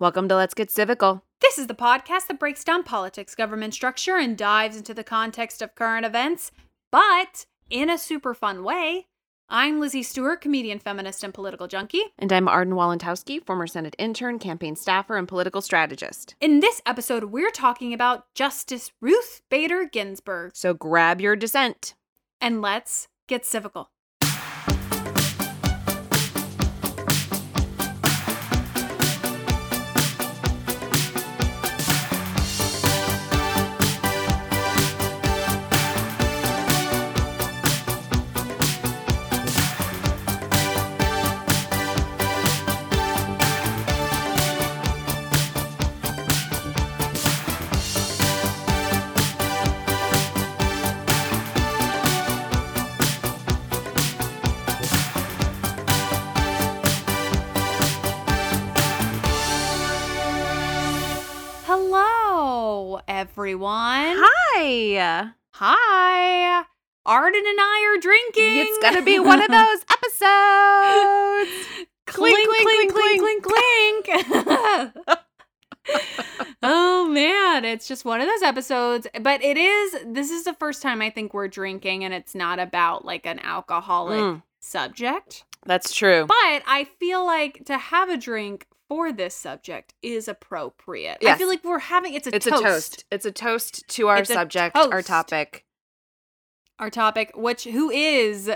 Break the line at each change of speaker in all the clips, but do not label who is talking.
Welcome to Let's Get Civical.
This is the podcast that breaks down politics, government structure, and dives into the context of current events, but in a super fun way. I'm Lizzie Stewart, comedian, feminist, and political junkie.
And I'm Arden Walentowski, former Senate intern, campaign staffer, and political strategist.
In this episode, we're talking about Justice Ruth Bader Ginsburg.
So grab your dissent.
And let's get civical. Hello, everyone.
Hi.
Hi. Arden and I are drinking.
It's going to be one of those episodes.
clink,
Clink,
clink,
clink,
clink, clink, clink, oh man, it's just one of those episodes. But it is, this is the first time I think we're drinking and it's not about like an alcoholic
Mm,
subject.
that's true.
But I feel like to have a drink for this subject is appropriate. I
Yes.
feel like we're having, it's a
it's
toast.
a toast. It's a toast to our
It's a
subject, our
toast.
topic.
Our topic, which, who is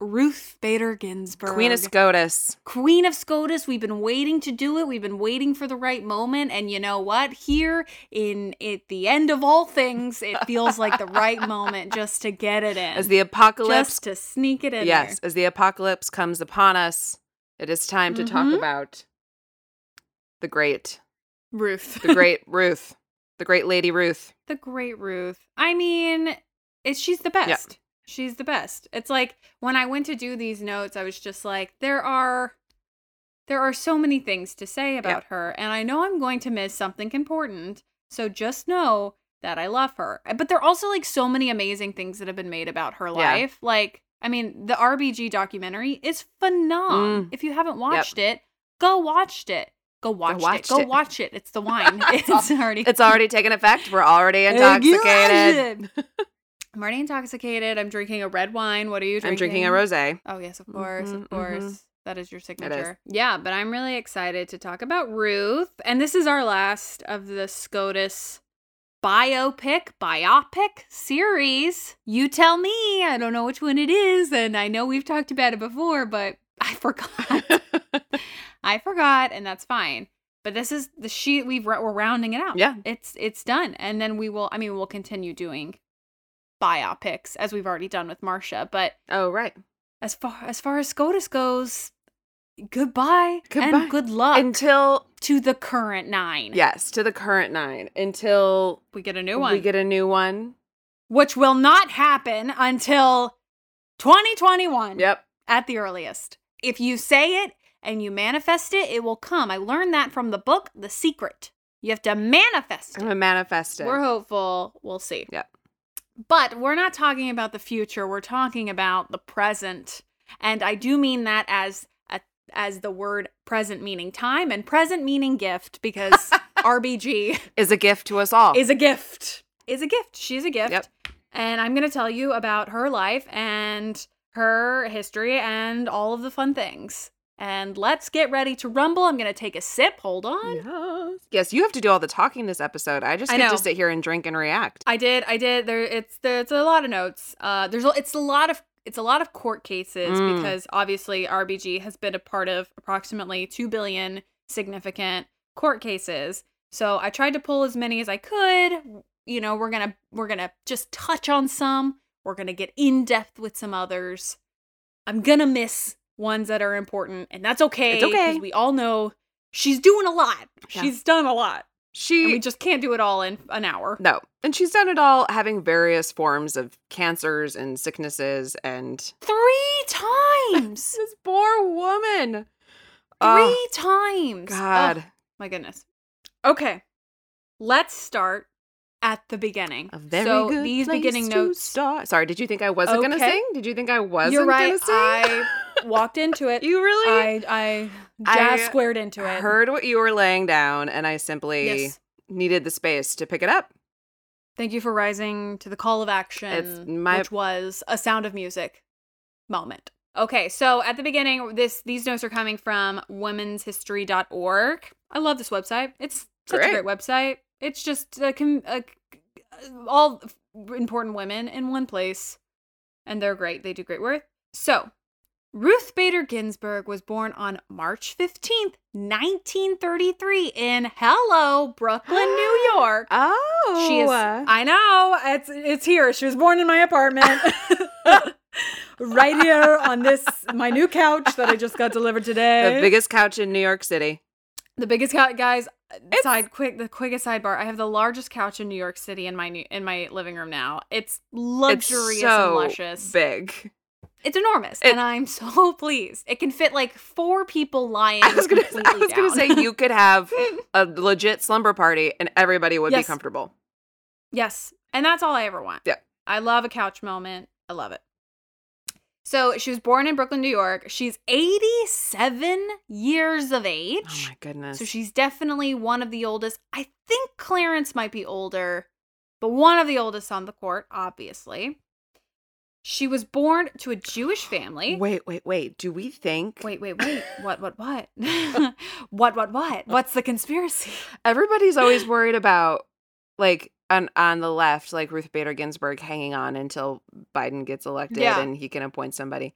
Ruth Bader Ginsburg?
Queen of SCOTUS.
Queen of SCOTUS, we've been waiting to do it. We've been waiting for the right moment. And you know what? Here in at the end of all things, it feels like the right moment just to get it in.
As the apocalypse
just to sneak it in.
Yes, as the apocalypse comes upon us, it is time to talk
Mhm.
about the great,
There. Ruth.
the great Ruth, the great Lady Ruth.
the great Ruth. I mean, it's she's the best. She's the best. It's like when I went to do these notes, I was just like, there are there are so many things to say about her, and I know I'm going to miss something important. So just know that I love her. Eh, But there are also like so many amazing things that have been made about her life. Like, I mean, the RBG documentary is phenomenal.
Mm.
If you haven't watched it, go watched it. Go watch it.
watched
Go
it.
watch it. It's the wine.
It's
it's, already
It's already taken effect. We're already intoxicated.
I'm already intoxicated. I'm drinking a red wine. What are you drinking?
I'm drinking a rosé.
Oh yes, of course,
Mhm, mhm.
of course. That is your signature. Yeah, but I'm really excited to talk about Ruth, and this is our last of the SCOTUS biopic biopic series. You tell me. I don't know which one it is, and I know we've talked about it before, but I forgot. I forgot, and that's fine. But this is the sheet we've ra- we're rounding it out.
Yeah.
it's it's done, and then we will. I mean, we'll continue doing biopics as we've already done with Marcia. But
oh right.
as far as far as SCOTUS goes, goodbye,
Goodbye.
and good luck
Until
to the current nine.
yes, to the current nine. Until
we get a new one,
we get a new one.
which will not happen until 2021.
Yep.
at the earliest. If you say it and you manifest it, it will come. I learned that from the book The Secret. You have to manifest
I'm
it.
gonna manifest it.
We're hopeful. We'll see.
Yep.
But we're not talking about the future. We're talking about the present. And I do mean that as a- as the word present meaning time and present meaning gift because RBG
Is a gift to us all.
is a gift. Is a gift. She's a gift.
Oh. Yep.
And I'm going to tell you about her life and her history and all of the fun things. And let's get ready to rumble. I'm going to take a sip. Hold on.
Yes. Yes, you have to do all the talking this episode. I just
I
get
know.
to sit here and drink and react.
I did. I did. There it's there, it's a lot of notes. Uh there's a- it's a lot of it's a lot of court cases
Mm.
because obviously RBG has been a part of approximately 2 billion significant court cases. So I tried to pull as many as I could. You know, we're going to we're going to just touch on some. We're going to get in depth with some others. I'm going to miss ones that are important and that's okay
It's okay.
because we all know she's doing a lot.
Yeah.
She's done a lot. And we
She
just can't do it all in an hour.
no, and she's done it all, having various forms of cancers and sicknesses, and
Three times.
this poor woman.
Three
Oh,
times. Oh,
God
my goodness. Okay. Let's start at the beginning.
a very
so
good
these
place
beginning
to
notes.
start. Sorry, did you think I wasn't gonna
Okay.
sing? Did you think I wasn't
You're right.
gonna sing?
I walked into it.
you really
I I
I
jazz squared into it.
heard what you were laying down, and I simply
Yes.
needed the space to pick it up.
Thank you for rising to the call of action,
my-
which was a Sound of Music moment. Okay, so at the beginning, this these notes are coming from womenshistory.org. I love this website. It's such a
Great.
great website. It's just uh, com- uh, c- uh, all f- important women in one place, and they're great. They do great work. So, Ruth Bader Ginsburg was born on March 15th, 1933 in Hello, Brooklyn, New York.
Oh,
She is. I know. It's it's here. She was born in my apartment, right here on this my new couch that I just got delivered today.
the biggest couch in New York City.
The biggest couch, guys. side quick. The quickest sidebar. I have the largest couch in New York City in my new, in my living room now. It's luxurious
it's so
and luscious.
Big.
it's enormous,
It-
and I'm so pleased. It can fit like four people lying.
I was gonna. I
completely
was gonna
down.
say you could have a legit slumber party, and everybody would be
Yes.
comfortable.
Yes. And that's all I ever want.
Yeah.
I love a couch moment. I love it. So she was born in Brooklyn, New York. She's 87 years of
Oh
age.
my goodness.
so she's definitely one of the oldest. I think Clarence might be older, but one of the oldest on the court, obviously. She was born to a Jewish family.
wait, wait, wait. Do we think?
wait, wait. wait. what, what, what? what, what, what? What's the conspiracy?
Everybody's always worried about like on on the left, like Ruth Bader Ginsburg hanging on until Biden gets elected
Yeah.
and he can appoint somebody.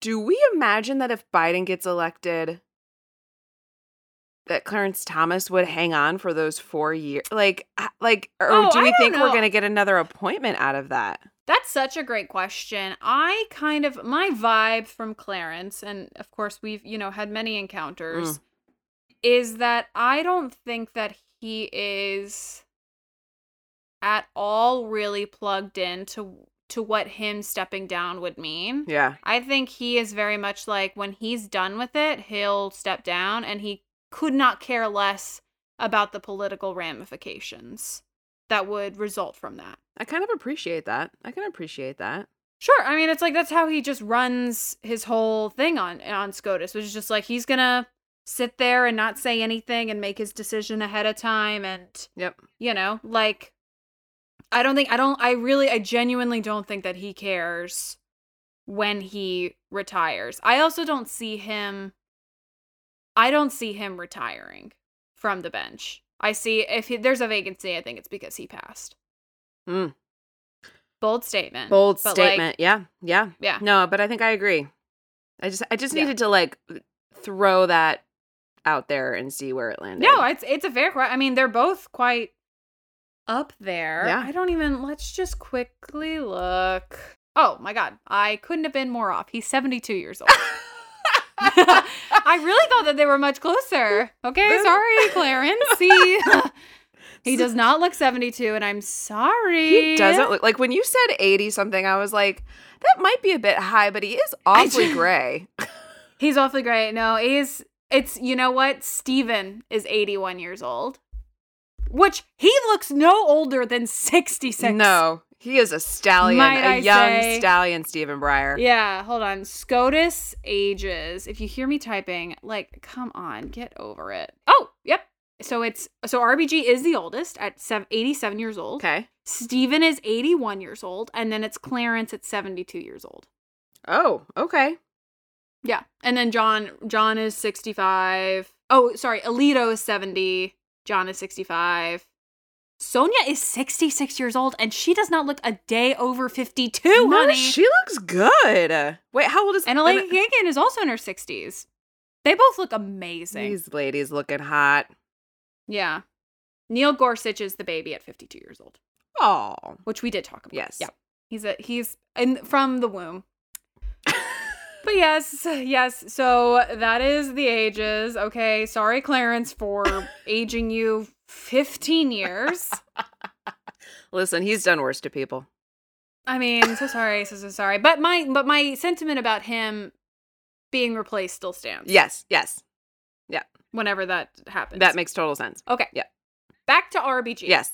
Do we imagine that if Biden gets elected, that Clarence Thomas would hang on for those four years? Like, h- like, or
Oh,
do
I
we
don't
think we're
know.
going to get another appointment out of that?
That's such a great question. I kind of my vibe from Clarence and of course we've, you know, had many encounters is that I don't think that he is at all really plugged in to to what him stepping down would mean.
Yeah,
I think he is very much like when he's done with it, he'll step down and he could not care less about the political ramifications that would result from that.
I kind of appreciate that. I can appreciate that.
Sure. I mean, it's like that's how he just runs his whole thing on on SCOTUS, which is just like he's gonna sit there and not say anything and make his decision ahead of time, and
Yep.
you know, like I don't think I don't I really I genuinely don't think that he cares when he retires. I also don't see him. I don't see him retiring from the bench. I see if he, there's a vacancy, I think it's because he passed.
Mm.
Bold statement.
Bold
but, like,
statement. yeah, yeah.
yeah.
No, but I think I agree. I just I just
Yeah.
needed to like throw that out there and see where it landed.
No, it's it's a fair question. I mean, they're both quite up there.
Yeah.
I don't even. Let's just quickly look. Oh my god, I couldn't have been more off. He's seventy two years old. I really thought that they were much closer. Okay,
Then-
sorry, Clarence. He, he does not look seventy two, and I'm sorry.
he doesn't look like when you said 80 something I was like that might be a bit high but he is awfully
just-
gray.
He's awfully great. No, he's it's you know what? Steven is 81 years old. Which he looks no older than 66.
No, he is a stallion,
Might
a
I
young
say-
stallion Stephen Breyer.
Yeah, hold on. SCOTUS ages. If you hear me typing, like, come on, get over it. Oh, yep. So it's so RBG is the oldest at sev- 87 years old.
Okay.
Steven is 81 years old, and then it's Clarence at 72 years old.
Oh, okay.
Yeah. And then John John is 65. Oh, sorry, Alito is 70. John is 65. Sonia is 66 years old and she does not look a day over 52,
No,
honey.
she looks good. Wait, how old is
and Elena Kagan is also in her 60s. They both look amazing.
These ladies looking hot.
Yeah. Neil Gorsuch is the baby at 52 years old,
Oh,
which we did talk about.
Yes.
Yeah. He's a he's in from the womb. But yes, yes. So that is the ages. Okay. Sorry, Clarence, for aging you 15 years.
Listen, he's done worse to people.
I mean, so sorry, so so sorry. But my but my sentiment about him being replaced still stands.
Yes, yes.
Whenever that happens.
That makes total sense.
Okay.
Yeah.
Back to RBG.
Yes.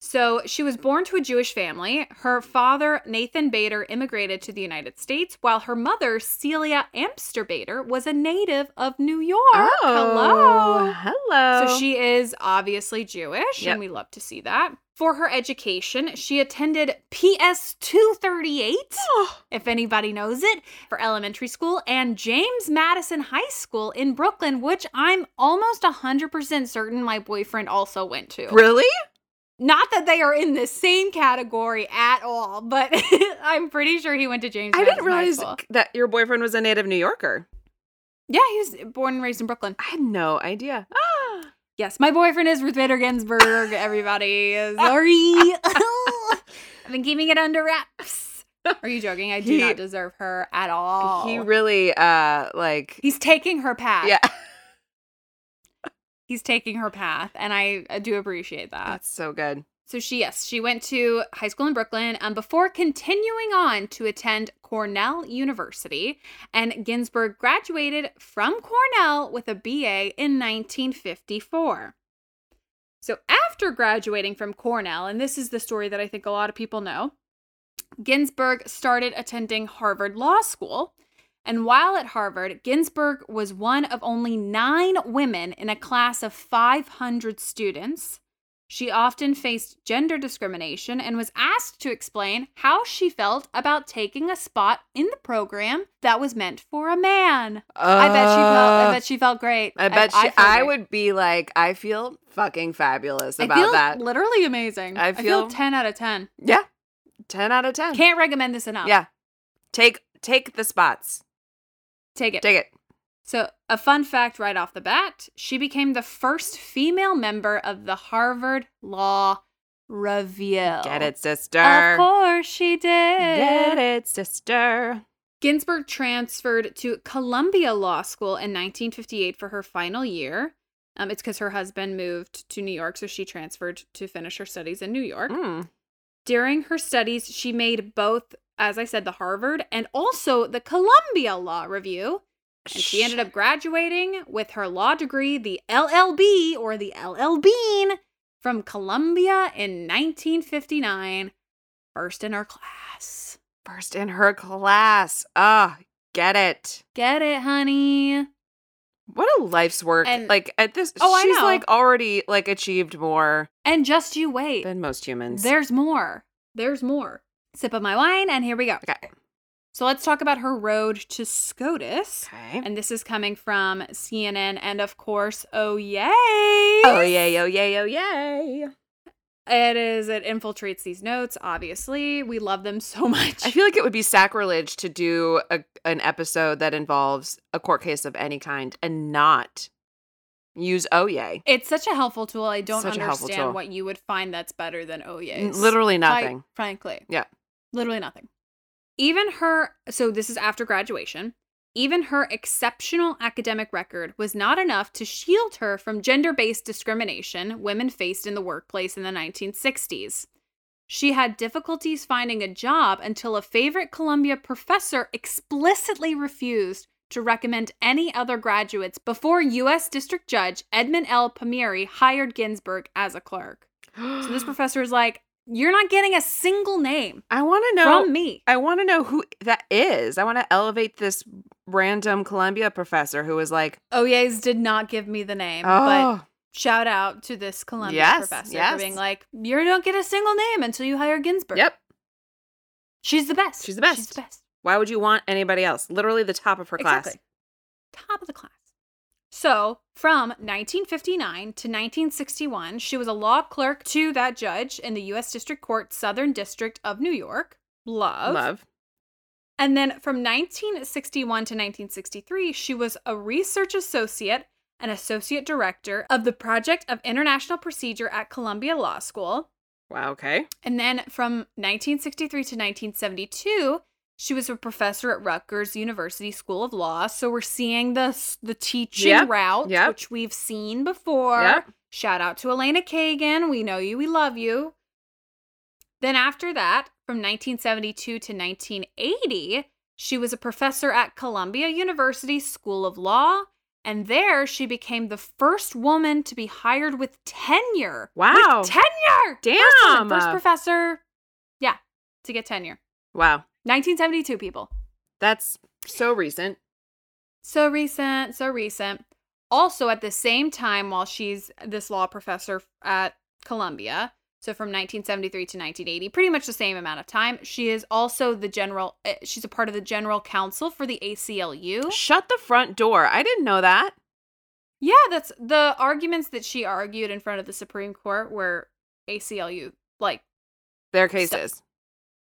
So she was born to a Jewish family. Her father, Nathan Bader, immigrated to the United States, while her mother, Celia Amster Bader, was a native of New York. Oh, Hello.
Oh. Hello.
So she is obviously Jewish,
Yep.
and we love to see that. For her education, she attended PS 238,
Oh,
if anybody knows it, for elementary school, and James Madison High School in Brooklyn, which I'm almost 100% certain my boyfriend also went to.
really?
Not that they are in the same category at all, but I'm pretty sure he went to James
I didn't
Madison High
realize
School.
that your boyfriend was a native New Yorker.
Yeah, he was born and raised in Brooklyn.
I had no idea. Ah.
Yes, my boyfriend is Ruth Bader Ginsburg, everybody. Sorry. I've been keeping it under wraps. Are you joking? I do
He-
not deserve her at all.
He really uh like
He's taking her path.
Yeah.
He's taking her path, and I, I do appreciate that.
That's uh, so good.
So she, yes, she went to high school in Brooklyn um, before continuing on to attend Cornell University. And Ginsburg graduated from Cornell with a BA in 1954. So after graduating from Cornell, and this is the story that I think a lot of people know, Ginsburg started attending Harvard Law School. And while at Harvard, Ginsburg was one of only nine women in a class of 500 students. She often faced gender discrimination and was asked to explain how she felt about taking a spot in the program that was meant for a man. I bet she felt. I bet she felt great.
Uh, I bet she,
feel
I,
great.
would be like, I feel fucking fabulous
I
about
feel
that.
Literally amazing.
I
I feel,
feel-
10 out of 10.
Yeah. 10 out of 10.
Can't recommend this enough.
Yeah. Take take the spots.
Take it.
Take it.
so, a fun fact right off the bat she became the first female member of the Harvard Law Review.
Get it, sister.
Of course she did.
Get it, sister.
Ginsburg transferred to Columbia Law School in 1958 for her final year. Um, it's because her husband moved to New York, so she transferred to finish her studies in New York.
Mm.
During her studies, she made both, as I said, the Harvard and also the Columbia Law Review. And she ended up graduating with her law degree, the LLB or the LLBean from Columbia in 1959, first in her class.
first in her class. Ah, get it.
Get it, honey?
What a life's work.
And-
like at this
Oh, I
she's
know.
like already like achieved more
And just you wait.
than most humans.
There's more. There's more. Sip of my wine, and here we go.
Okay.
So let's talk about her road to SCOTUS.
Okay.
And this is coming from CNN and, of course, oh yay!
Oh yay, oh yay, oh yay.
It is, it infiltrates these notes, obviously. We love them so much.
I feel like it would be sacrilege to do a, an episode that involves a court case of any kind and not use oh yay.
it's such a helpful tool. I don't
Such a helpful tool.
understand what you would find that's better than oh
N-
yay.
Literally
Quite
nothing.
frankly.
Yeah.
Literally nothing. Even her, so this is after graduation, even her exceptional academic record was not enough to shield her from gender based discrimination women faced in the workplace in the 1960s. She had difficulties finding a job until a favorite Columbia professor explicitly refused to recommend any other graduates before U.S. District Judge Edmund L. Palmieri hired Ginsburg as a clerk. So this professor is like, "You're not getting a single name
I want to know
from me."
I want to know who that is. I want to elevate this random Columbia professor who was like,
Oyes did not give me the name, but
"Oh,
shout out to this Columbia
Yes,
professor
yes.
for being like, "You don't get a single name until you hire Ginsburg."
yep.
she's the best.
She's the best.
She's the best.
Why would you want anybody else? Literally the top of her class."
Exactly. Top of the class. So, from 1959 to 1961, she was a law clerk to that judge in the U.S. District Court, Southern District of New York. Love.
Love.
And then from 1961 to 1963, she was a research associate and associate director of the Project of International Procedure at Columbia Law School.
Wow. Okay.
And then from 1963 to 1972, she was a professor at Rutgers University School of Law. So we're seeing the the teaching
Yep,
route,
yep.
which we've seen before.
Yep.
Shout out to Elena Kagan. We know you. We love you. Then after that, from 1972 to 1980, she was a professor at Columbia University School of Law, and there she became the first woman to be hired with tenure.
Wow.
With tenure!
Damn.
First, woman, first professor, yeah, to get tenure.
Wow.
1972 people.
That's so recent.
So recent, so recent. Also, at the same time, while she's this law professor at Columbia, so from 1973 to 1980, pretty much the same amount of time, she is also the general, uh, she's a part of the general counsel for the ACLU.
Shut the front door. I didn't know that.
Yeah, that's the arguments that she argued in front of the Supreme Court were ACLU, like,
Their cases.
Set,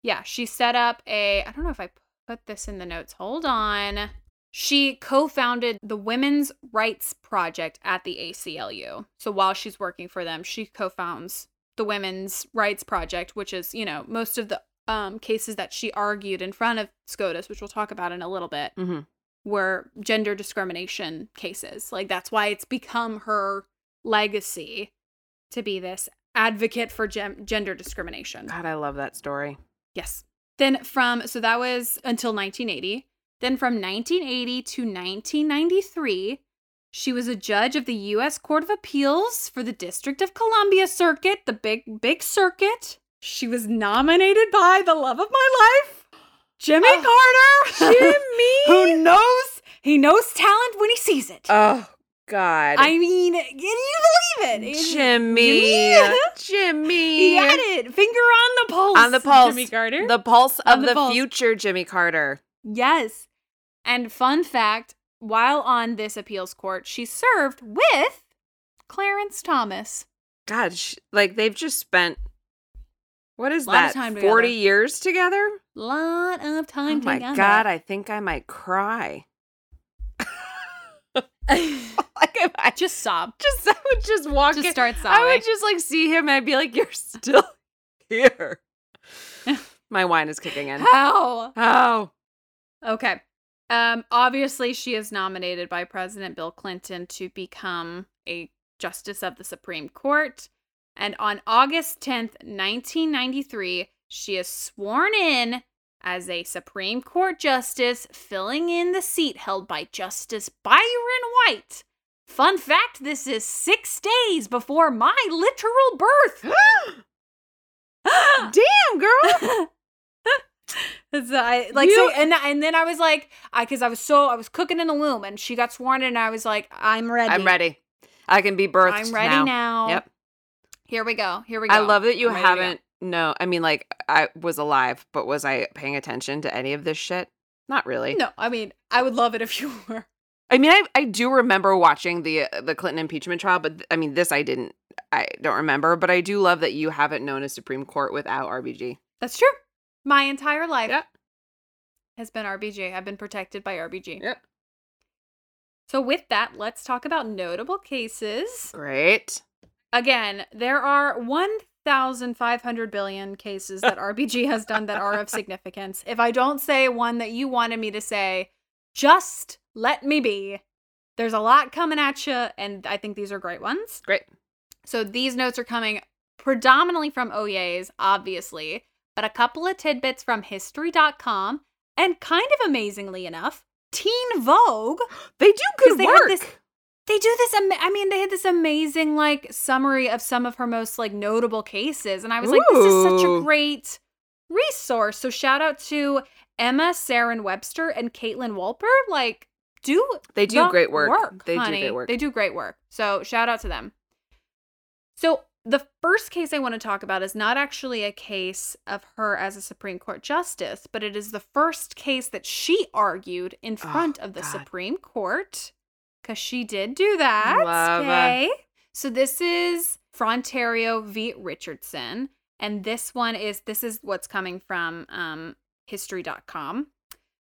yeah, she set up a, I don't know if I put this in the notes. Hold on. She co founded the Women's Rights Project at the ACLU. So while she's working for them, she co founds the Women's Rights Project, which is, you know, most of the um, cases that she argued in front of SCOTUS, which we'll talk about in a little bit,
Mm-hmm.
were gender discrimination cases. Like that's why it's become her legacy to be this advocate for gem- gender discrimination.
God, I love that story.
Yes. Then from, so that was until 1980. Then from 1980 to 1993, she was a judge of the U.S. Court of Appeals for the District of Columbia Circuit, the big, big circuit. She was nominated by the love of my life, Jimmy
Oh.
Carter,
Jimmy!
who knows, he knows talent when he sees it.
oh, God.
I mean, can you believe it? It-
Jimmy.
Jimmy.
Jimmy.
He had it. Finger on the pulse.
On the pulse.
Jimmy Carter.
The pulse
On
of
the
the,
pulse.
future, Jimmy Carter.
Yes. And fun fact while on this appeals court, she served with Clarence Thomas.
God, sh- like they've just spent what is
Lot of
that?
time together.
Forty years together?
Lot of time
oh my
together.
God, I think I might cry. Like if I
Just sob.
just, I would just walk.
Just
in-
start sobbing.
I would just like see him. and I'd be like, "You're still here." my wine is kicking in.
How?
Oh,
Okay. Um, obviously, she is nominated by President Bill Clinton to become a justice of the Supreme Court. And on August 10th, 1993, she is sworn in as a Supreme Court justice, filling in the seat held by Justice Byron White. Fun fact this is six days before my literal birth.
damn, girl.
So I like
You-
so and and then I was like I because I was so I was cooking in the womb and she got sworn in and I was like I'm ready
I'm ready. I can be birthed.
I'm ready now.
Yep.
here we go here we go
I love that you
I'm ready to go.
haven't. No, I mean, like, I was alive, but was I paying attention to any of this shit? Not really.
no I mean I would love it if you were
I mean, I, I do remember watching the uh, the Clinton impeachment trial, but th- I mean, this I didn't. I don't remember, but I do love that you haven't known a Supreme Court without RBG.
that's true my entire life
Yep.
has been RBG I've been protected by RBG
Yep.
so with that let's talk about notable cases
Great.
again there are 1,500 billion cases that RBG has done that are of significance. If I don't say one that you wanted me to say, just let me be. There's a lot coming at you, and I think these are great ones.
Great.
So these notes are coming predominantly from OYAs, obviously, but a couple of tidbits from history.com and kind of amazingly enough, Teen Vogue
They do
'Cause
good
they had
work.
this- they do this ama- i mean they had this amazing like summary of some of her most like notable cases and i was like this is such a
Ooh.
great resource so shout out to emma Saren webster and caitlin walper like do
they do
the
great work. they
honey.
do great work.
They do great work. So shout out to them. So the first case I want to talk about is not actually a case of her as a Supreme Court justice, but it is the first case that she argued in
Oh,
front of the
God.
Supreme Court because she did do that.
Love.
Okay. So this is Frontario v. Richardson. And this one is this is what's coming from um, history.com.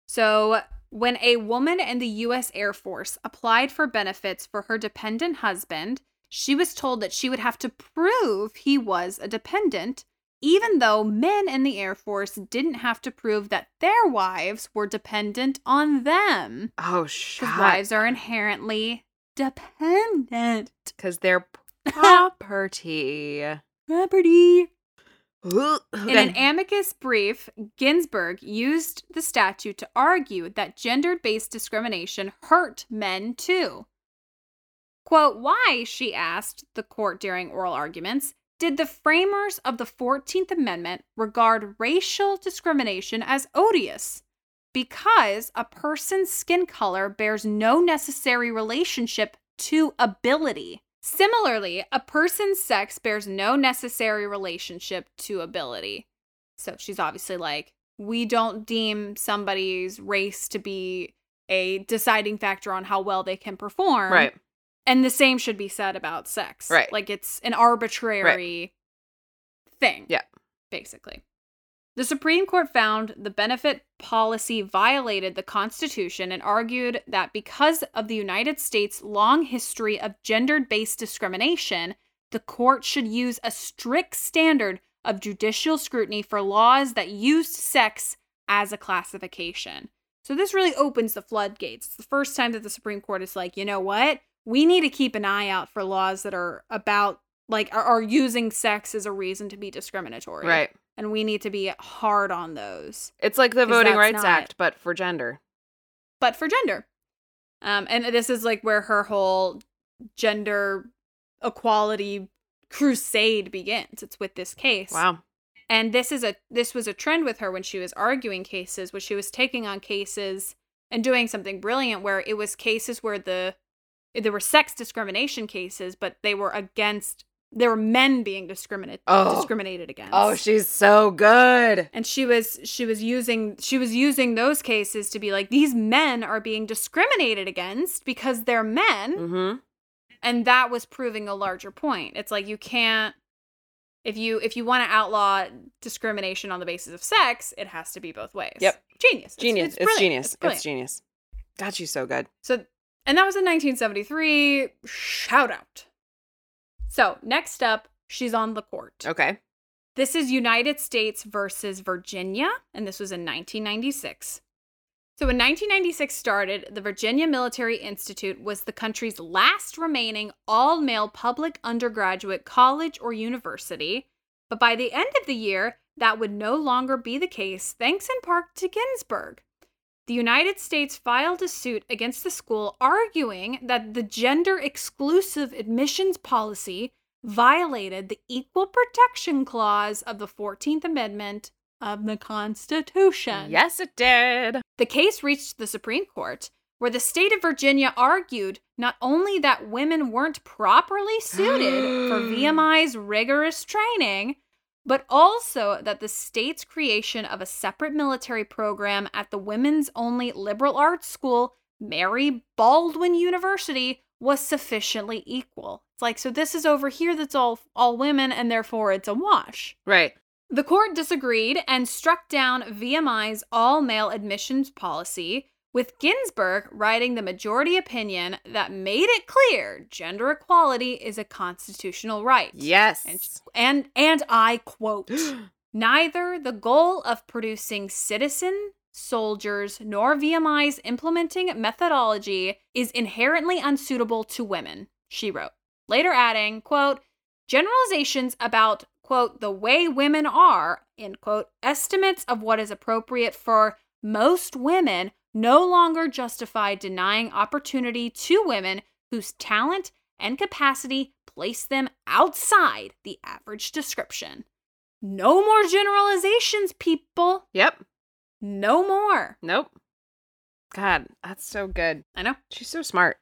So when a woman in the US Air Force applied for benefits for her dependent husband, she was told that she would have to prove he was a dependent, even though men in the Air Force didn't have to prove that their wives were dependent on them.
oh
Because
shit!
wives are inherently dependent.
Because they're Property.
Property. In
Okay.
an amicus brief, Ginsburg used the statute to argue that gender based discrimination hurt men too. Quote, why, she asked the court during oral arguments, did the framers of the 14th Amendment regard racial discrimination as odious? Because a person's skin color bears no necessary relationship to ability. Similarly, a person's sex bears no necessary relationship to ability. So she's obviously like, we don't deem somebody's race to be a deciding factor on how well they can perform.
right.
And the same should be said about sex.
Right.
Like it's an arbitrary thing.
Yeah.
Basically. The Supreme Court found the benefit policy violated the Constitution and argued that because of the United States' long history of gender based discrimination, the court should use a strict standard of judicial scrutiny for laws that used sex as a classification. So this really opens the floodgates. It's the first time that the Supreme Court is like, you know what? We need to keep an eye out for laws that are about like are, are using sex as a reason to be discriminatory.
Right.
And we need to be hard on those
It's like the
'Cause
Voting
that's
Rights
not-
Act, but for gender.
but for gender. Um, and this is like where her whole gender equality crusade begins. It's with this case.
Wow.
And this is a this was a trend with her when she was arguing cases, where she was taking on cases and doing something brilliant where it was cases where the there were sex discrimination cases, but they were against there were men being discriminated
Oh.
discriminated against
she's so good.
and she was she was using she was using those cases to be like these men are being discriminated against because they're men
Mm-hmm.
and that was proving a larger point it's like you can't if you if you want to outlaw discrimination on the basis of sex it has to be both ways
Yep.
genius It's-
Genius. It's,
brilliant.
genius. It's,
brilliant.
genius. God, she's so good.
So, and that was in 1973. Shout out. So, next up, she's on the court.
Okay.
This is United States versus Virginia, and this was in 1996. So, when 1996 started, the Virginia Military Institute was the country's last remaining all male public undergraduate college or university. But by the end of the year, that would no longer be the case, thanks in part to Ginsburg. The United States filed a suit against the school arguing that the gender exclusive admissions policy violated the Equal Protection Clause of the 14th Amendment of the Constitution.
Yes, it did.
The case reached the Supreme Court, where the state of Virginia argued not only that women weren't properly suited for VMI's rigorous training, but also that the state's creation of a separate military program at the women's only liberal arts school, Mary Baldwin University, was sufficiently equal. It's like, so this is over here that's all all women and therefore it's a wash.
Right.
The court disagreed and struck down VMI's all male admissions policy, with Ginsburg writing the majority opinion that made it clear gender equality is a constitutional right.
Yes.
And and I quote Neither the goal of producing citizen soldiers nor VMI's implementing methodology is inherently unsuitable to women, she wrote. Later adding, quote, generalizations about, quote, the way women are, end quote, estimates of what is appropriate for most women no longer justify denying opportunity to women whose talent and capacity place them outside the average description. No more generalizations, people.
Yep.
No more.
Nope. God, that's so good.
I know.
She's so smart.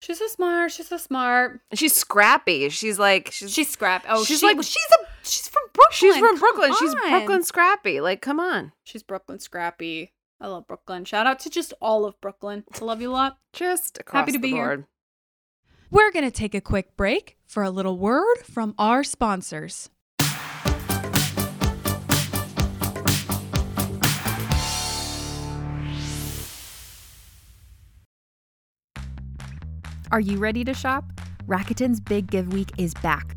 She's so smart. She's so smart.
And She's scrappy. She's like she's
She's scrap. Oh,
She's
she-
like-
she's a she's from Brooklyn.
she's from
Come
Brooklyn. She's
on.
Brooklyn scrappy. Like, come on.
She's Brooklyn scrappy. I love Brooklyn. Shout out to just all of Brooklyn. I love you a lot.
Just across
to
the
be here.
board.
We're going to take a quick break for a little word from our sponsors.
Are you ready to shop? Rakuten's Big Give Week is back.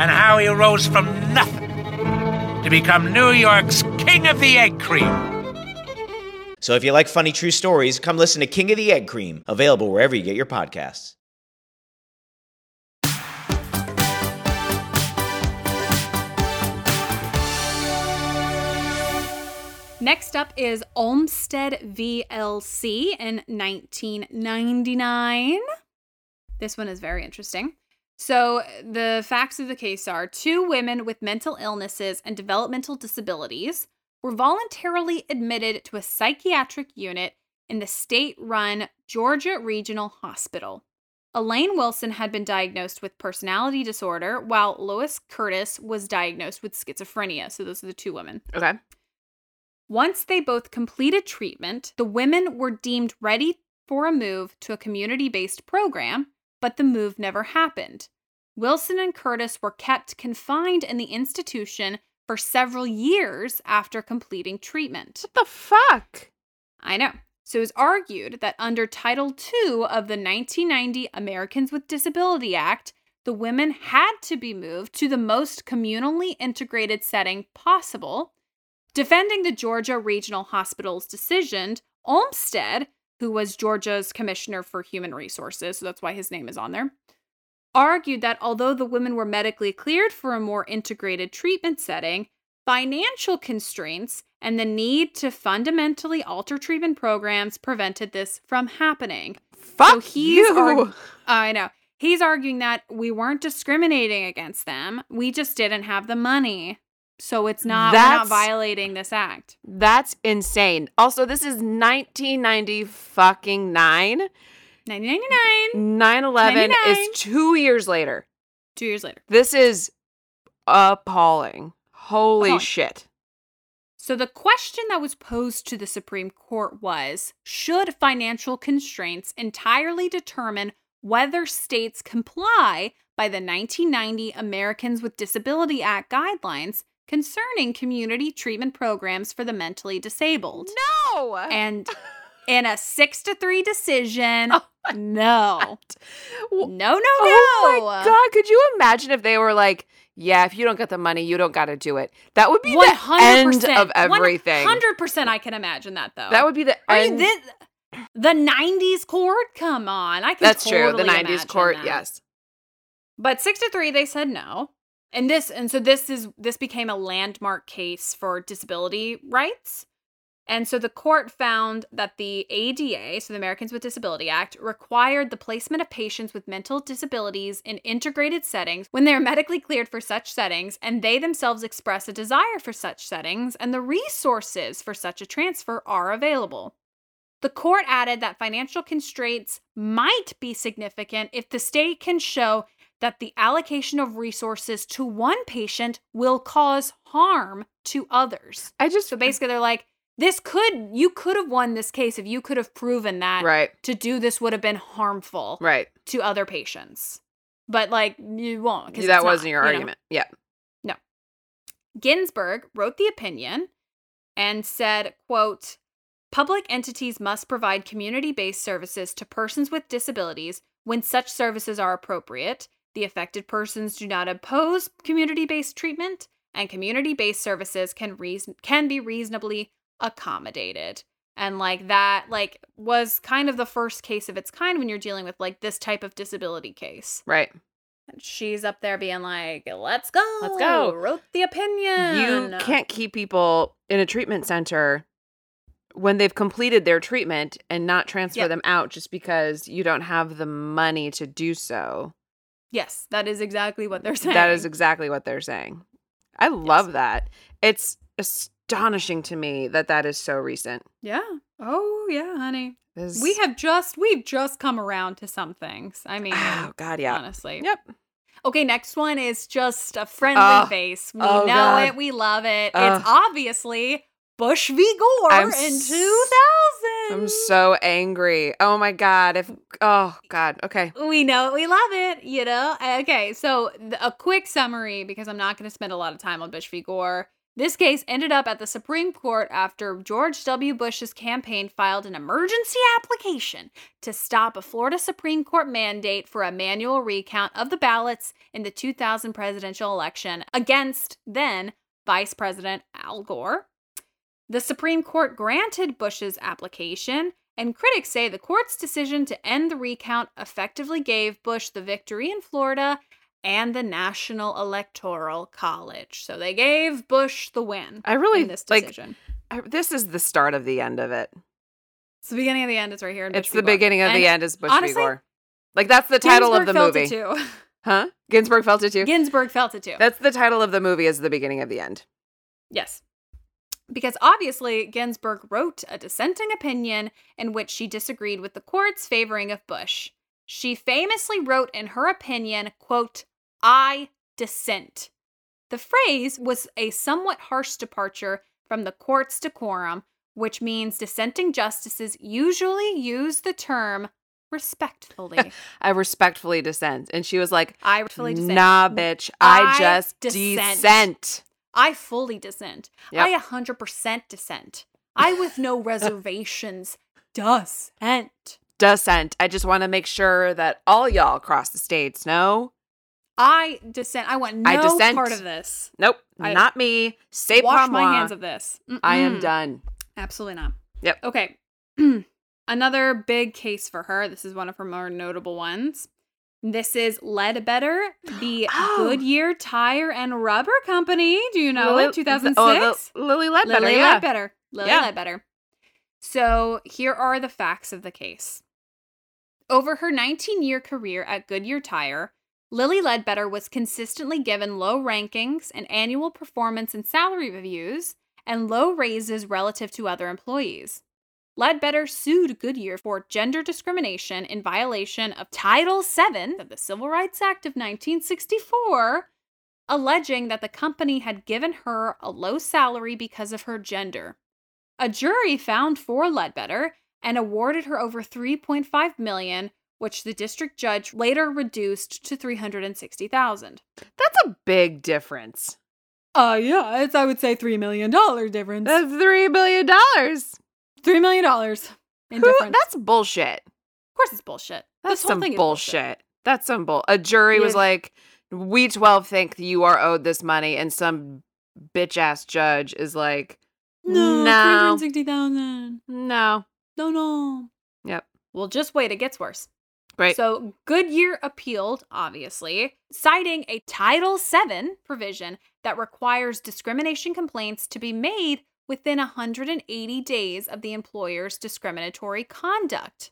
and how he rose from nothing to become New York's king of the egg cream.
So if you like funny true stories, come listen to King of the Egg Cream, available wherever you get your podcasts.
Next up is Olmsted VLC in 1999. This one is very interesting. So, the facts of the case are two women with mental illnesses and developmental disabilities were voluntarily admitted to a psychiatric unit in the state run Georgia Regional Hospital. Elaine Wilson had been diagnosed with personality disorder, while Lois Curtis was diagnosed with schizophrenia. So, those are the two women.
Okay.
Once they both completed treatment, the women were deemed ready for a move to a community based program, but the move never happened. Wilson and Curtis were kept confined in the institution for several years after completing treatment.
What the fuck?
I know. So it's argued that under Title II of the 1990 Americans with Disability Act, the women had to be moved to the most communally integrated setting possible. Defending the Georgia Regional Hospital's decision, Olmstead, who was Georgia's commissioner for human resources, so that's why his name is on there, argued that although the women were medically cleared for a more integrated treatment setting, Financial constraints and the need to fundamentally alter treatment programs prevented this from happening.
Fuck
he's
you.
arg- I know. He's arguing that we weren't discriminating against them. We just didn't have the money. So it's not we're
That's-
not violating this act.
That's insane. Also, this is 1990 fucking 9.
1999,
9/11
99.
is 2 years later.
2 years later.
This is appalling. Holy
Appalling.
shit.
So the question that was posed to the Supreme Court was should financial constraints entirely determine whether states comply by the 1990 Americans with Disability Act guidelines concerning community treatment programs for the mentally disabled?
No.
And in a 6 to 3 decision,
Oh
no. No,
W-
no, no.
Oh my god, could you imagine if they were like, yeah, if you don't get the money, you don't got to do it. That would be the end of everything.
100% I can imagine that though.
That would be the
Are you
end.
this, the '90s court? Come on, I can.
That's true. The
totally
90s
imagine
court,
that.
yes.
But six to three, they said no, and this and so this is this became a landmark case for disability rights. And so the court found that the ADA, so the Americans with Disability Act, required the placement of patients with mental disabilities in integrated settings when they are medically cleared for such settings and they themselves express a desire for such settings and the resources for such a transfer are available. The court added that financial constraints might be significant if the state can show that the allocation of resources to one patient will cause harm to others.
I just
so basically they're like, this could you could have won this case if you could have proven that
right.
to do this would have been harmful
right
to other patients. But like you won't because
that wasn't your argument. Yeah.
No. Ginsburg wrote the opinion and said, quote, Public entities must provide community based services to persons with disabilities when such services are appropriate. The affected persons do not oppose community based treatment, and community based services can, reason- can be reasonably accommodated. And like that, like, was kind of the first case of its kind when you're dealing with like this type of disability case.
Right.
And she's up there being like, let's go.
Let's go.
Wrote the opinion.
You can't keep people in a treatment center when they've completed their treatment and not transfer
Yep.
them out just because you don't have the money to do so.
Yes, that is exactly what they're saying.
That is exactly what they're saying. I love that. It's astonishing to me that that is so recent.
Yeah. Oh, yeah, honey.
Is-
We have just we've just come around to some things. I mean,
Oh God, yeah.
honestly.
Yep.
Okay, next one is just a friendly
Oh.
face. We
Oh,
know
God.
it. We love it.
Ugh.
It's obviously Bush v. Gore
I'm
in
s-
2000.
I'm so angry. Oh my God. If oh God. Okay.
we know it, we love it, you know? Okay, so th- a quick summary because I'm not going to spend a lot of time on Bush v. Gore. This case ended up at the Supreme Court after George W. Bush's campaign filed an emergency application to stop a Florida Supreme Court mandate for a manual recount of the ballots in the 2000 presidential election against then Vice President Al Gore. The Supreme Court granted Bush's application, and critics say the court's decision to end the recount effectively gave Bush the victory in Florida and the National Electoral College. So they gave Bush the win.
I really
in this
like-
decision.
I, this is the start of the end of it.
it's the beginning of the end. It's right here. In
It's
Bush v.
the
Gore.
beginning of the
And
end is Bush
honestly,
v. Gore. Like that's the title of
Ginsburg
the
felt
movie.
It too.
Huh? Ginsburg felt it too.
Ginsburg felt it too.
That's the title of the movie is the beginning of the end.
Yes. Because obviously, Ginsburg wrote a dissenting opinion in which she disagreed with the court's favoring of Bush. She famously wrote in her opinion, quote, I dissent. The phrase was a somewhat harsh departure from the court's decorum, which means dissenting justices usually use the term respectfully.
I respectfully dissent. And she was like,
I respectfully dissent.
Nah, bitch. I,
I
just
dissent."
dissent.
I fully dissent.
Yep.
I 100% dissent. I, with no reservations, dissent.
Dissent. I just want to make sure that all y'all across the states know.
I dissent. I want no
I dissent.
part of this.
Nope,
I-
not me. Say
Wash
pas
my
moi.
hands of Mm. this.
I am
Mm-mm.
done.
Absolutely not.
Yep.
Okay. Another big case for her. This is one of her more notable ones. This is Ledbetter, the
Oh.
Goodyear Tire and Rubber Company. Do you know
Lily-
it? 2006?
Oh, the Lily Ledbetter.
Lily
yeah.
Ledbetter. Lily
Yeah.
Ledbetter. So here are the facts of the case. Over her 19 year career at Goodyear Tire, Lily Ledbetter was consistently given low rankings and annual performance and salary reviews and low raises relative to other employees. Ledbetter sued Goodyear for gender discrimination in violation of Title VII of the Civil Rights Act of 1964 alleging that the company had given her a low salary because of her gender. A jury found for Ledbetter and awarded her over 3.5 million, which the district judge later reduced to 360,000.
That's a big difference.
Uh yeah, it's I would say 3 million dollar difference.
That's three billion dollars.
3 million dollars in
Who-
difference.
That's bullshit.
of course it's bullshit.
That's
this whole
some
thing
bullshit.
is bullshit.
That's some bull. A jury was
Yeah.
like, "We twelve think that you are owed this money," and some bitch ass judge is like,
No,
no,
360,000.
no."
No, no.
Yep.
Well, just wait, it gets worse.
Great.
So Goodyear appealed, obviously, citing a Title VII provision that requires discrimination complaints to be made within 180 days of the employer's discriminatory conduct.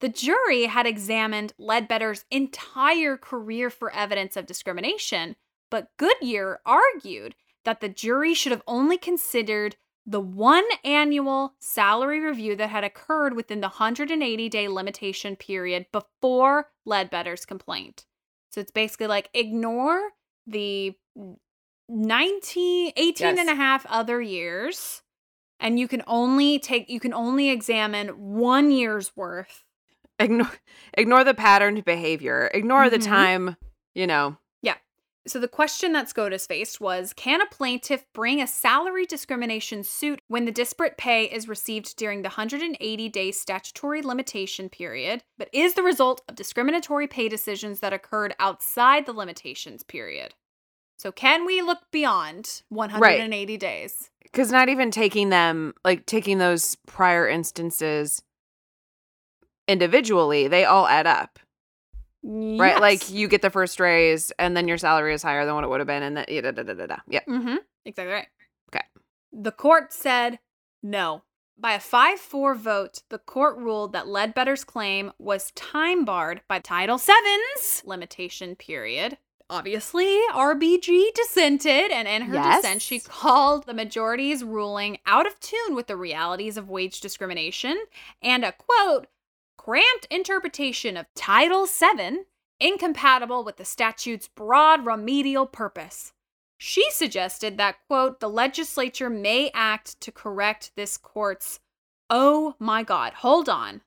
The jury had examined Ledbetter's entire career for evidence of discrimination, but Goodyear argued that the jury should have only considered the one annual salary review that had occurred within the 180 day limitation period before Ledbetter's complaint. So it's basically like ignore the 19 18 and a
Yes.
half other years and you can only take you can only examine one year's worth.
Ignore ignore the patterned behavior. Ignore the
Mhm.
time, you know.
Yeah. So the question that SCOTUS faced was Can a plaintiff bring a salary discrimination suit when the disparate pay is received during the 180 day statutory limitation period, but is the result of discriminatory pay decisions that occurred outside the limitations period? So can we look beyond 180 days?
Cuz not even taking them like taking those prior instances individually, they all add up. Right? Like you get the first raise and then your salary is higher than what it would have been and then yeah, da, da, da, da, da. Yep.
Mm-hmm. Exactly right.
Okay.
The court said no. By a 5 4 vote, the court ruled that Ledbetter's claim was time barred by Title VII's limitation period. Obviously, RBG dissented, and in her
Yes.
dissent, she called the majority's ruling out of tune with the realities of wage discrimination and a quote, cramped interpretation of Title VII incompatible with the statute's broad remedial purpose. She suggested that, quote, the legislature may act to correct this court's, oh my God, hold on,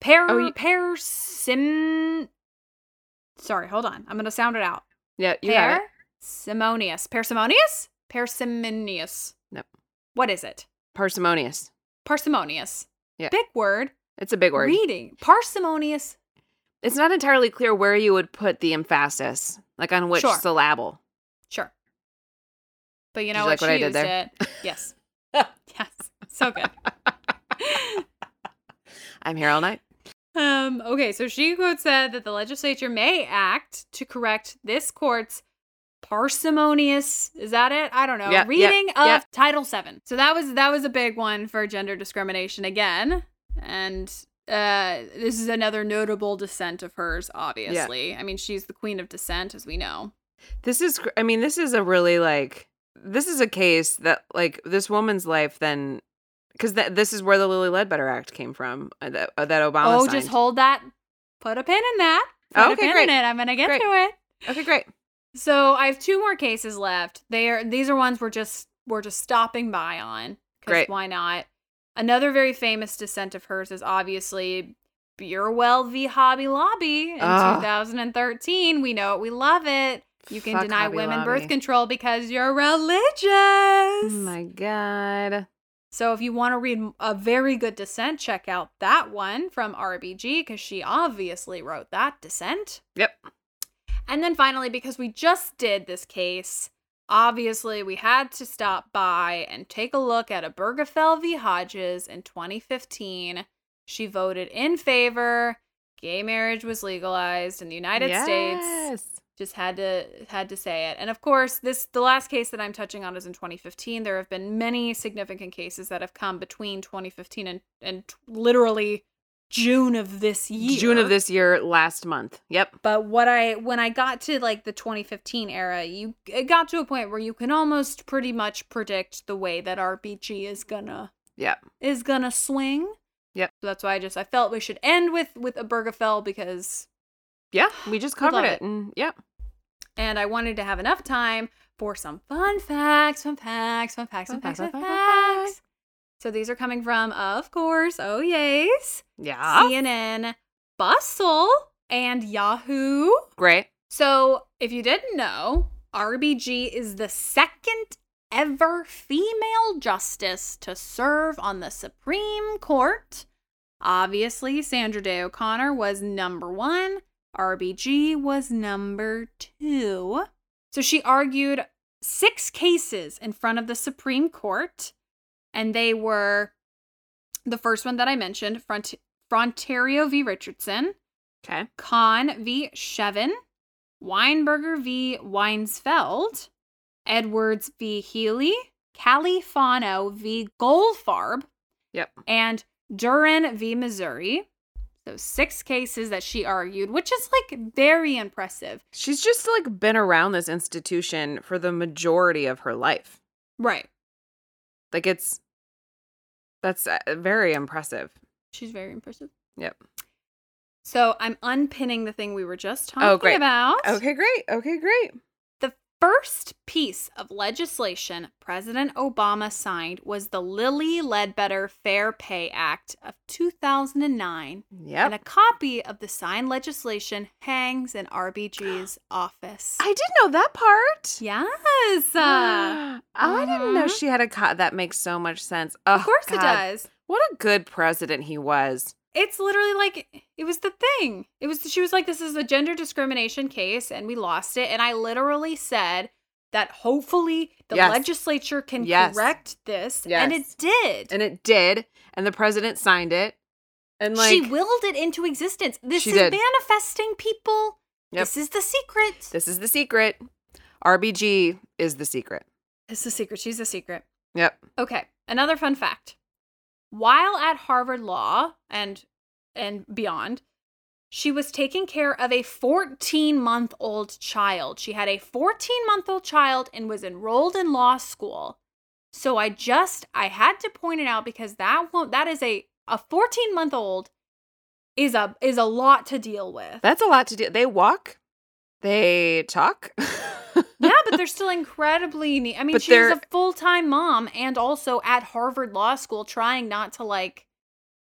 par,
Oh, you-
par, sim. Sorry, hold on. I'm going to sound it out.
Yeah, you got it.
Par, simonious. Parsimonious? Parsimonious.
Nope.
What is it?
Parsimonious.
Parsimonious.
Yeah.
Big word.
It's a big word.
Reading. Parsimonious.
It's not entirely clear where you would put the emphasis, like on which
Sure.
syllable.
Sure. But
Did
you
you
know what?
like what
she
I did
used
there?
it. Yes. yes. So good.
I'm here all night.
Um, okay, so she quote said that the legislature may act to correct this court's parsimonious is that it? I don't know.
Yeah, yeah,
reading of
yeah.
Title VII. So that was that was a big one for gender discrimination again. And uh this is another notable dissent of hers, obviously. I mean, she's the queen of dissent, as we know.
This is, cr- I mean, this is a really like, this is a case that, like, this woman's life then, because th- this is where the Lily Ledbetter Act came from, uh, that, uh, that Obama
oh,
signed.
just hold that. Put a pin in that. Put a
Okay,
pin
great.
in it. I'm gonna get
Great.
to it.
Okay, great.
So I have two more cases left. They are these are ones we're just we're just stopping by on. 'cause
Great.
Why not? Another very famous dissent of hers is obviously Burwell v. Hobby Lobby in
Ah.
2013. We know it. We love it. You can
Fuck
deny
Hobby
women
Lobby.
birth control because you're religious.
Oh my God.
So if you want to read a very good dissent, check out that one from RBG because she obviously wrote that dissent.
Yep.
And then finally, because we just did this case, obviously we had to stop by and take a look at Obergefell v. Hodges in 2015. She voted in favor. Gay marriage was legalized in the United States
Yes.
just had to had to say it and of course this the last case that i'm touching on is in 2015 there have been many significant cases that have come between 2015 and and t- literally june of this year
June of this year, last month. Yep.
but what i when i got to like the 2015 era you it got to a point where you can almost pretty much predict the way that rpg is gonna
Yep.
is gonna swing
Yep.
so that's why i just i felt we should end with with a Obergefell because
Yeah. We just covered
love
it.
it.
And yep.
and I wanted to have enough time for some fun facts, fun facts, fun facts, fun
Fun
facts, fun
facts,
facts.
fun facts, fun
So these are coming from, of course, oh yes,
Yeah.
CNN, Bustle, and Yahoo.
Great.
So if you didn't know, RBG is the second ever female justice to serve on the Supreme Court. Obviously, Sandra Day O'Connor was number one. RBG was number two. So she argued six cases in front of the Supreme Court, and they were the first one that I mentioned, Front- Frontario v. Richardson,
Okay.
Kahn v. Shevin, Weinberger v. Weinsfeld, Edwards v. Healy, Califano v. Goldfarb,
Yep.
and Duran v. Missouri. So six cases that she argued, which is like very impressive.
She's just like been around this institution for the majority of her life.
Right.
Like it's that's uh, very impressive.
She's very impressive.
Yep.
So I'm unpinning the thing we were just talking
Oh, great.
about.
Okay, great. Okay, great.
The first piece of legislation President Obama signed was the Lilly Ledbetter Fair Pay Act of 2009.
Yep.
And a copy of the signed legislation hangs in RBG's office.
I didn't know that part. Ah. Uh-huh.
Yes. uh,
I didn't know she had a co- that makes so much sense. Oh,
Of course it
God.
does.
What a good president he was.
It's literally like it was the thing. It was she was like this is a gender discrimination case and we lost it and I literally said that hopefully the
Yes.
legislature can
Yes.
correct this and it
Yes.
did.
And it did, and the president signed it. And like
she willed it into existence. This
She
is
did.
manifesting people.
Yep.
This is the secret.
this is the secret. RBG is the secret.
It's the secret. She's the secret.
Yep.
Okay, another fun fact. While at Harvard Law and and beyond, she was taking care of a 14-month-old child. She had a 14-month-old child and was enrolled in law school. So I just I had to point it out because that won't that is a a 14-month-old is a is a lot to deal with.
That's a lot to do. They walk, they talk.
yeah, but they're still incredibly neat. I mean,
But
she was
they're-
a full time mom and also at Harvard Law School trying not to like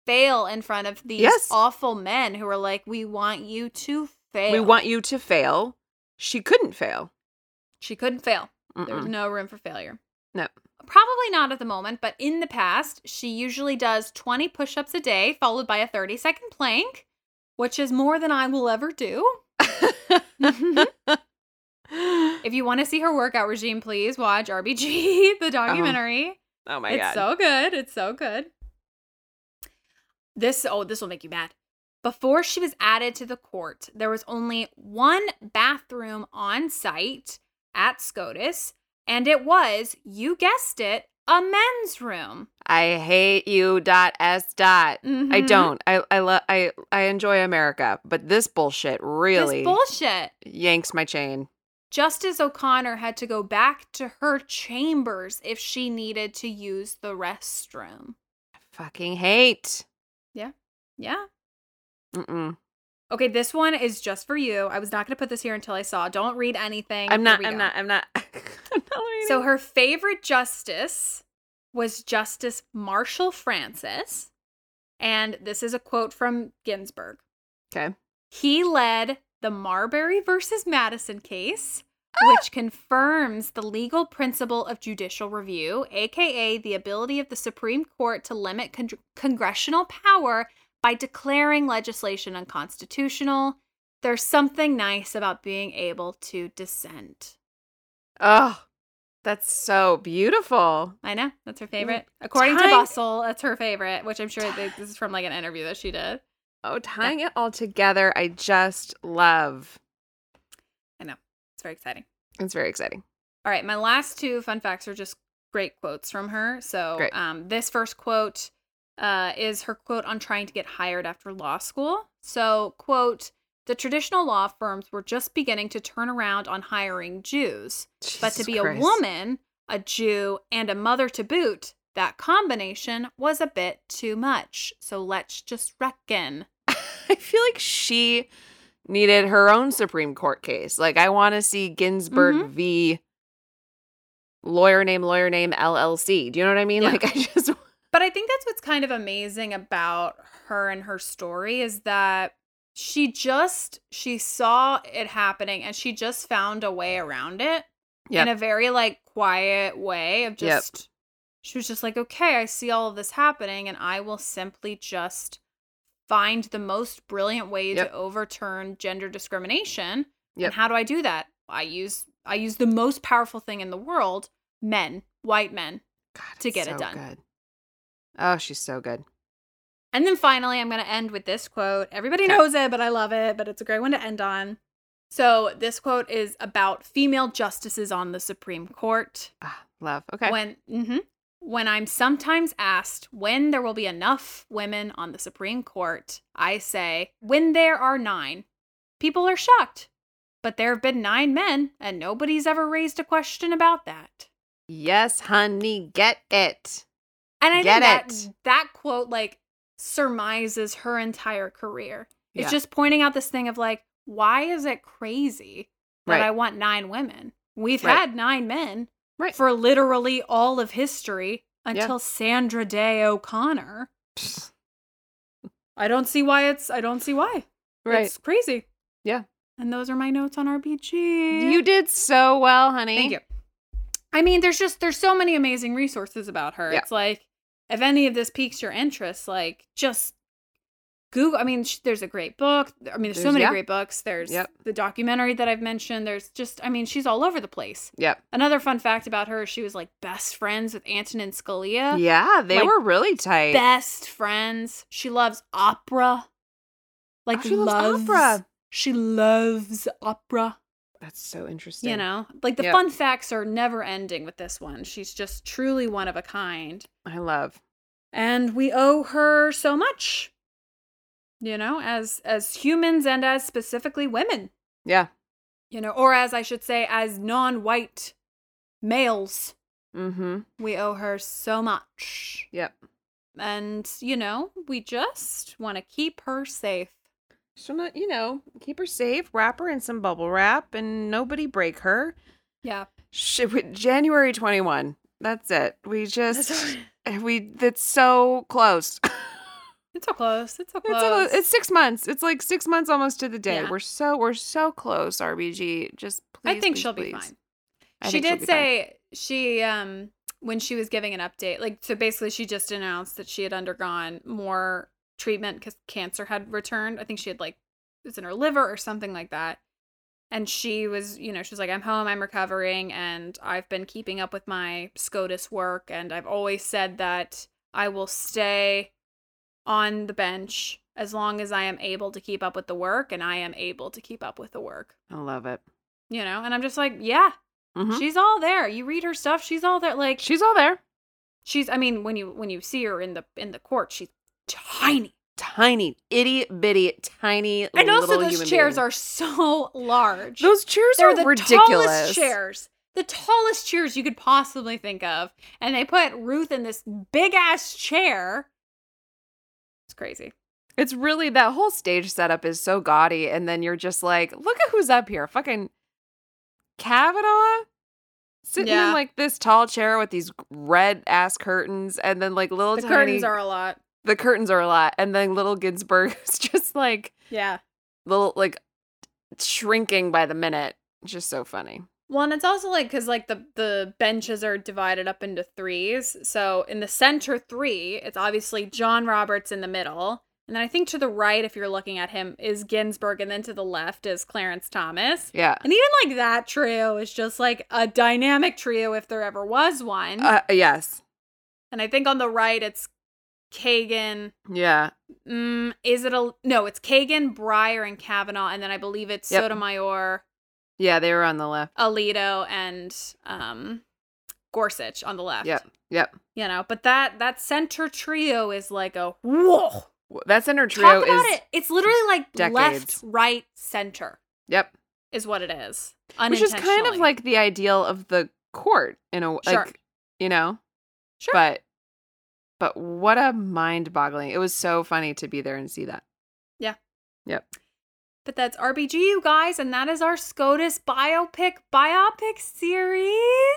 fail in front of these
Yes.
awful men who are like, we want you to fail.
we want you to fail. She couldn't fail.
She couldn't fail. There was
Mm-mm.
no room for failure.
No.
Probably not at the moment, but in the past, she usually does 20 push ups a day, followed by a 30 second plank, which is more than I will ever do.
Oh
if you want to see her workout regime, please watch RBG,
Uh-huh.
the documentary.
Oh my
it's
god.
so good. It's so good. This oh, this will make you mad. Before she was added to the court, there was only one bathroom on site at SCOTUS, and it was, you guessed it, a men's room.
I hate you dot s dot. I
Mhm.
don't. I I love I I enjoy America, but this bullshit really
This bullshit.
yanks my chain.
Justice O'Connor had to go back to her chambers if she needed to use the restroom.
Fucking hate.
Yeah.
Mm-mm.
Okay, this one is just for you. I was not going to put this here until I saw. Don't read anything.
I'm not
Here we
I'm
go.
not I'm not I'm not reading.
So her favorite justice was Justice Marshall Francis. And this is a quote from Ginsburg.
Okay.
He led the Marbury versus Madison case, which confirms the legal principle of judicial review, aka the ability of the Supreme Court to limit con- congressional power by declaring legislation unconstitutional. There's something nice about being able to dissent.
Oh. That's so beautiful.
I know. That's her favorite. According to
Time-
Bustle, that's her favorite, which I'm sure that this is from like an interview that she did.
Oh, tying it all together, I just love.
I know. It's very exciting.
It's very exciting.
All right, my last two fun facts are just great quotes from her. So,
Great.
um, this first quote uh, is her quote on trying to get hired after law school. So, quote, the traditional law firms were just beginning to turn around on hiring Jews, but to
Jesus
be
Christ.
a woman, a Jew, and a mother to boot, that combination was a bit too much. So let's just reckon.
I feel like she needed her own Supreme Court case. Like I want to see Ginsburg
Mhm.
v. Lawyer name, lawyer name, LLC. Do you know what I mean?
Yeah.
Like I just
But I think that's what's kind of amazing about her and her story is that she just she saw it happening and she just found a way around it
Yep.
in a very like quiet way of
Yep.
just she was just like okay I see all of this happening and I will simply just find the most brilliant way
Yep.
to overturn gender discrimination
Yep.
and how do I do that I use I use the most powerful thing in the world men white men
God,
To
it's
get it
so
done.
good. Oh, she's so good.
And then finally, I'm going to end with this quote. Everybody
Okay.
knows it, but I love it, but it's a great one to end on. So, this quote is about female justices on the Supreme Court.
Ah, love. Okay.
When mhm. when I'm sometimes asked when there will be enough women on the Supreme Court, I say, when there are 9. People are shocked. But there have been 9 men, and nobody's ever raised a question about that.
yes, honey, get it.
And I
Get
think that
it.
that quote like surmises her entire career. It's
Yeah.
just pointing out this thing of like, why is it crazy that
Right.
I want nine women? We've
Right.
had nine men for literally all of history until Sandra Day O'Connor. I don't see why it's I don't see why.
Right.
It's crazy.
Yeah.
And those are my notes on RBG.
You did so well, honey.
Thank you. I mean, there's just there's so many amazing resources about her.
Yeah.
It's like if any of this piques your interest, like just Google. I mean, sh- there's a great book. I mean, there's, so
There's-
many
yeah.
great books. There's
Yep.
the documentary that I've mentioned. There's just I mean, she's all over the place.
Yep.
Another fun fact about her, she was like best friends with Antonin Scalia.
Yeah, they
Like,
were really tight.
best friends. She loves opera. Like
Oh, she loves
opera. She loves opera.
That's so interesting.
You know, like the
Yep.
fun facts are never ending with this one. She's just truly one of a kind.
I love.
And we owe her so much. You know, as as humans and as specifically women,
Yeah.
you know, or as I should say as non-white males,
Mm-hmm.
we owe her so much.
Yep.
And, you know, we just want to keep her safe.
So not, you know, keep her safe, wrap her in some bubble wrap, and nobody break her.
Yeah.
Sh- w- January twenty one. That's it. We just eh, we. That's so close.
It's so close. It's so
It's,
close.
almo- it's six months. It's like six months almost to the day.
Yeah.
We're so we're so close. RBG. Just please.
I think
please,
she'll
please.
be fine.
I
she
think she'll
did
be fine.
say she um when she was giving an update like so basically she just announced that she had undergone more treatment because cancer had returned i think she had like it was in her liver or something like that and she was you know she was like i'm home i'm recovering and i've been keeping up with my scotus work and i've always said that i will stay on the bench as long as i am able to keep up with the work and i am able to keep up with the work
I love it.
you know and i'm just like yeah
Mhm.
she's all there you read her stuff she's all there like
She's all there.
she's i mean when you when you see her in the in the court she's tiny
Tiny, itty bitty, tiny.
and also
little
those
human
chairs
being.
are so large
Those chairs
they're
are
the
ridiculous.
tallest chairs the tallest chairs you could possibly think of and they put ruth in this big ass chair it's crazy
It's really that whole stage setup is so gaudy, and then you're just like, look at who's up here, fucking Kavanaugh sitting
Yeah.
in like this tall chair with these red ass curtains, and then like little
the
tiny
curtains are a lot
the curtains are a lot, and then little Ginsburg is just like
yeah
little like shrinking by the minute. Just so funny.
Well, and it's also like because like the the benches are divided up into threes. So in the center three, it's obviously John Roberts in the middle, and then I think to the right, if you're looking at him, is Ginsburg, and then to the left is Clarence Thomas.
Yeah.
And even like that trio is just like a dynamic trio if there ever was one.
Uh, yes.
and I think on the right it's Kagan.
Yeah.
Mm, is it a no? It's Kagan, Breyer, and Kavanaugh, and then I believe it's
Yep.
Sotomayor.
Yeah. They were on the left.
Alito and um Gorsuch on the left.
Yep. Yep.
You know, but that that center trio is like a whoa.
That center trio
Talk about
is.
it. It's literally like left,
decades.
right, center
Yep.
is what it is.
which is kind of
Unintentionally.
like the ideal of the court in a like
Sure.
you know
Sure.
but but what a mind boggling it was so funny to be there and see that
Yeah.
yep
But that's RBG, you guys, and that is our SCOTUS biopic biopic series.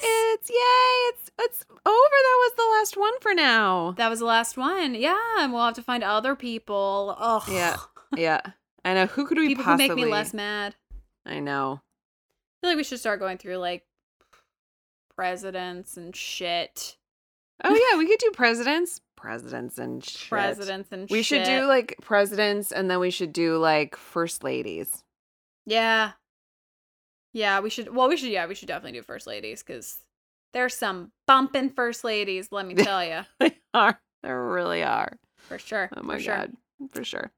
it's yay it's it's over that was the last one for now
that was the last one. Yeah, and we'll have to find other people. Oh,
yeah yeah i know who could we
people
possibly
who make me less mad.
i know
I feel like we should start going through like presidents and shit.
oh yeah we could do presidents presidents and shit.
Presidents and
we should do
shit.
like presidents and then we should do like first ladies
Yeah. Yeah, we should well we should yeah, we should definitely do first ladies cuz there's some bumping first ladies, let me tell you.
they are there really are
For sure.
oh my
for sure.
god for sure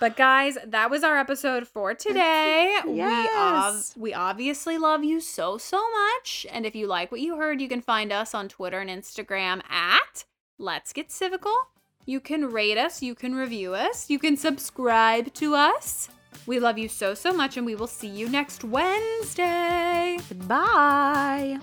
But guys, that was our episode for today.
Yes.
We ob- we obviously love you so so much, and if you like what you heard, you can find us on Twitter and Instagram at Let's Get Civical. You can rate us, you can review us, you can subscribe to us. We love you so so much, and we will see you next Wednesday.
Bye.